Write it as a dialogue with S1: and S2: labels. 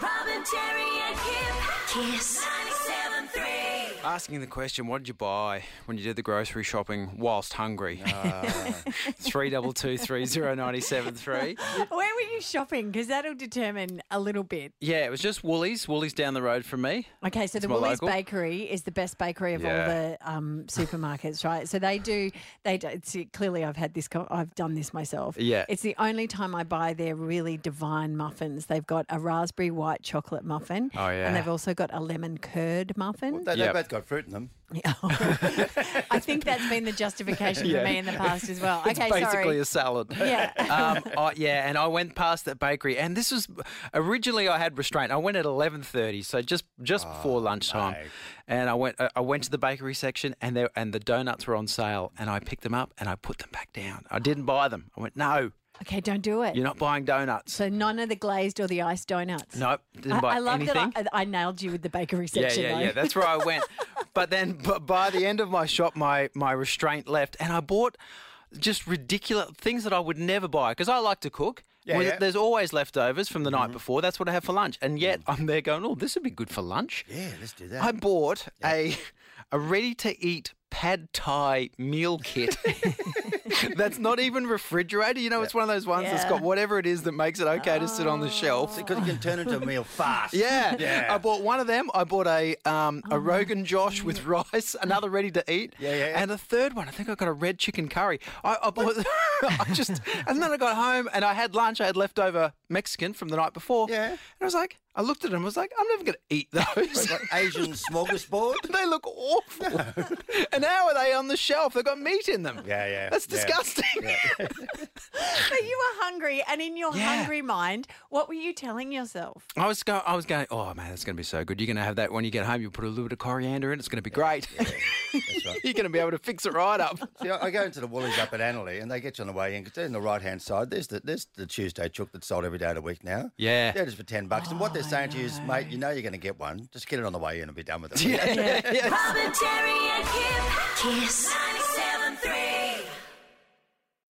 S1: on Jerry and Kim. Kiss. 97.3.
S2: Asking the question, what did you buy when you did the grocery shopping whilst hungry? Three double two three zero ninety seven three.
S3: Where were you shopping? Because that'll determine a little bit.
S2: Yeah, it was just Woolies. Woolies down the road from me.
S3: Okay, so the
S2: more
S3: Woolies
S2: local.
S3: Bakery is the best bakery of all
S2: Yeah.
S3: the um, supermarkets, right? So they do. They do, it's, clearly I've had this. co- I've done this myself.
S2: Yeah.
S3: it's the only time I buy their really divine muffins. They've got a raspberry white chocolate muffin.
S2: Oh, yeah.
S3: and they've also got a lemon curd muffin.
S4: They,
S2: Yep.
S4: have both got fruit in them.
S3: I think that's been the justification
S2: Yeah.
S3: for me in the past as well.
S2: It's
S3: okay,
S2: basically
S3: sorry.
S2: a salad.
S3: Yeah.
S2: um, I, yeah, and I went past that bakery, and this was originally I had restraint. I went at eleven thirty, so just just before lunchtime,
S4: no.
S2: and I went uh, I I went to the bakery section, and there and the donuts were on sale, and I picked them up and I put them back down. I didn't buy them. I went, no,
S3: okay, don't do it.
S2: you're not buying donuts.
S3: So none of the glazed or the iced donuts.
S2: Nope, didn't
S3: I,
S2: buy
S3: I love
S2: anything.
S3: that I, I nailed you with the bakery
S2: yeah,
S3: section.
S2: yeah,
S3: though.
S2: yeah. That's where I went. but then, but by the end of my shop, my my restraint left, and I bought just ridiculous things that I would never buy because I like to cook.
S4: Yeah,
S2: Well,
S4: yeah.
S2: There's always leftovers from the
S3: Mm-hmm.
S2: night before. That's what I have for lunch, and yet
S3: Mm.
S2: I'm there going, "Oh, this would be good for lunch."
S4: Yeah, let's do that.
S2: I bought a a ready to eat pad thai meal kit. That's not even refrigerated. You know, it's one of those ones that's
S3: Yeah. Oh.
S2: got whatever it is that makes it okay to sit on the shelf.
S4: because you can turn into a meal fast.
S2: Yeah.
S4: Yeah.
S2: I bought one of them. I bought a um, a Rogan Josh with rice, another ready to eat.
S4: Yeah, yeah, yeah.
S2: And a third one, I think I got a red chicken curry. I, I bought I just and then I got home and I had lunch. I had leftover Mexican from the night before.
S4: Yeah.
S2: And I was like, I looked at them, I was like, I'm never gonna eat those.
S4: Like Asian smorgasbord.
S2: They look awful. and how are they on the shelf? They've got meat in them.
S4: Yeah, yeah,
S2: That's
S4: yeah.
S2: disgusting.
S3: But you were hungry, and in your
S2: Yeah.
S3: hungry mind, what were you telling yourself?
S2: I was going. I was going. Oh man, that's going to be so good. You're going to have that when you get home. You put a little bit of coriander in. It's going to be great.
S4: That's right.
S2: You're going to be able to fix it right up.
S4: See, I I go into the Woolies up at Annerley and they get you on the way in because they're in the right hand side. There's the, there's the Tuesday chook that's sold every day of the week now.
S2: Yeah. Oh,
S4: They're just for 10 bucks. and what they're saying to you is, mate, you know you're going to get one. Just get it on the way in and be done with it.
S2: yeah.
S1: Robin, Jerry and Kim. Kiss.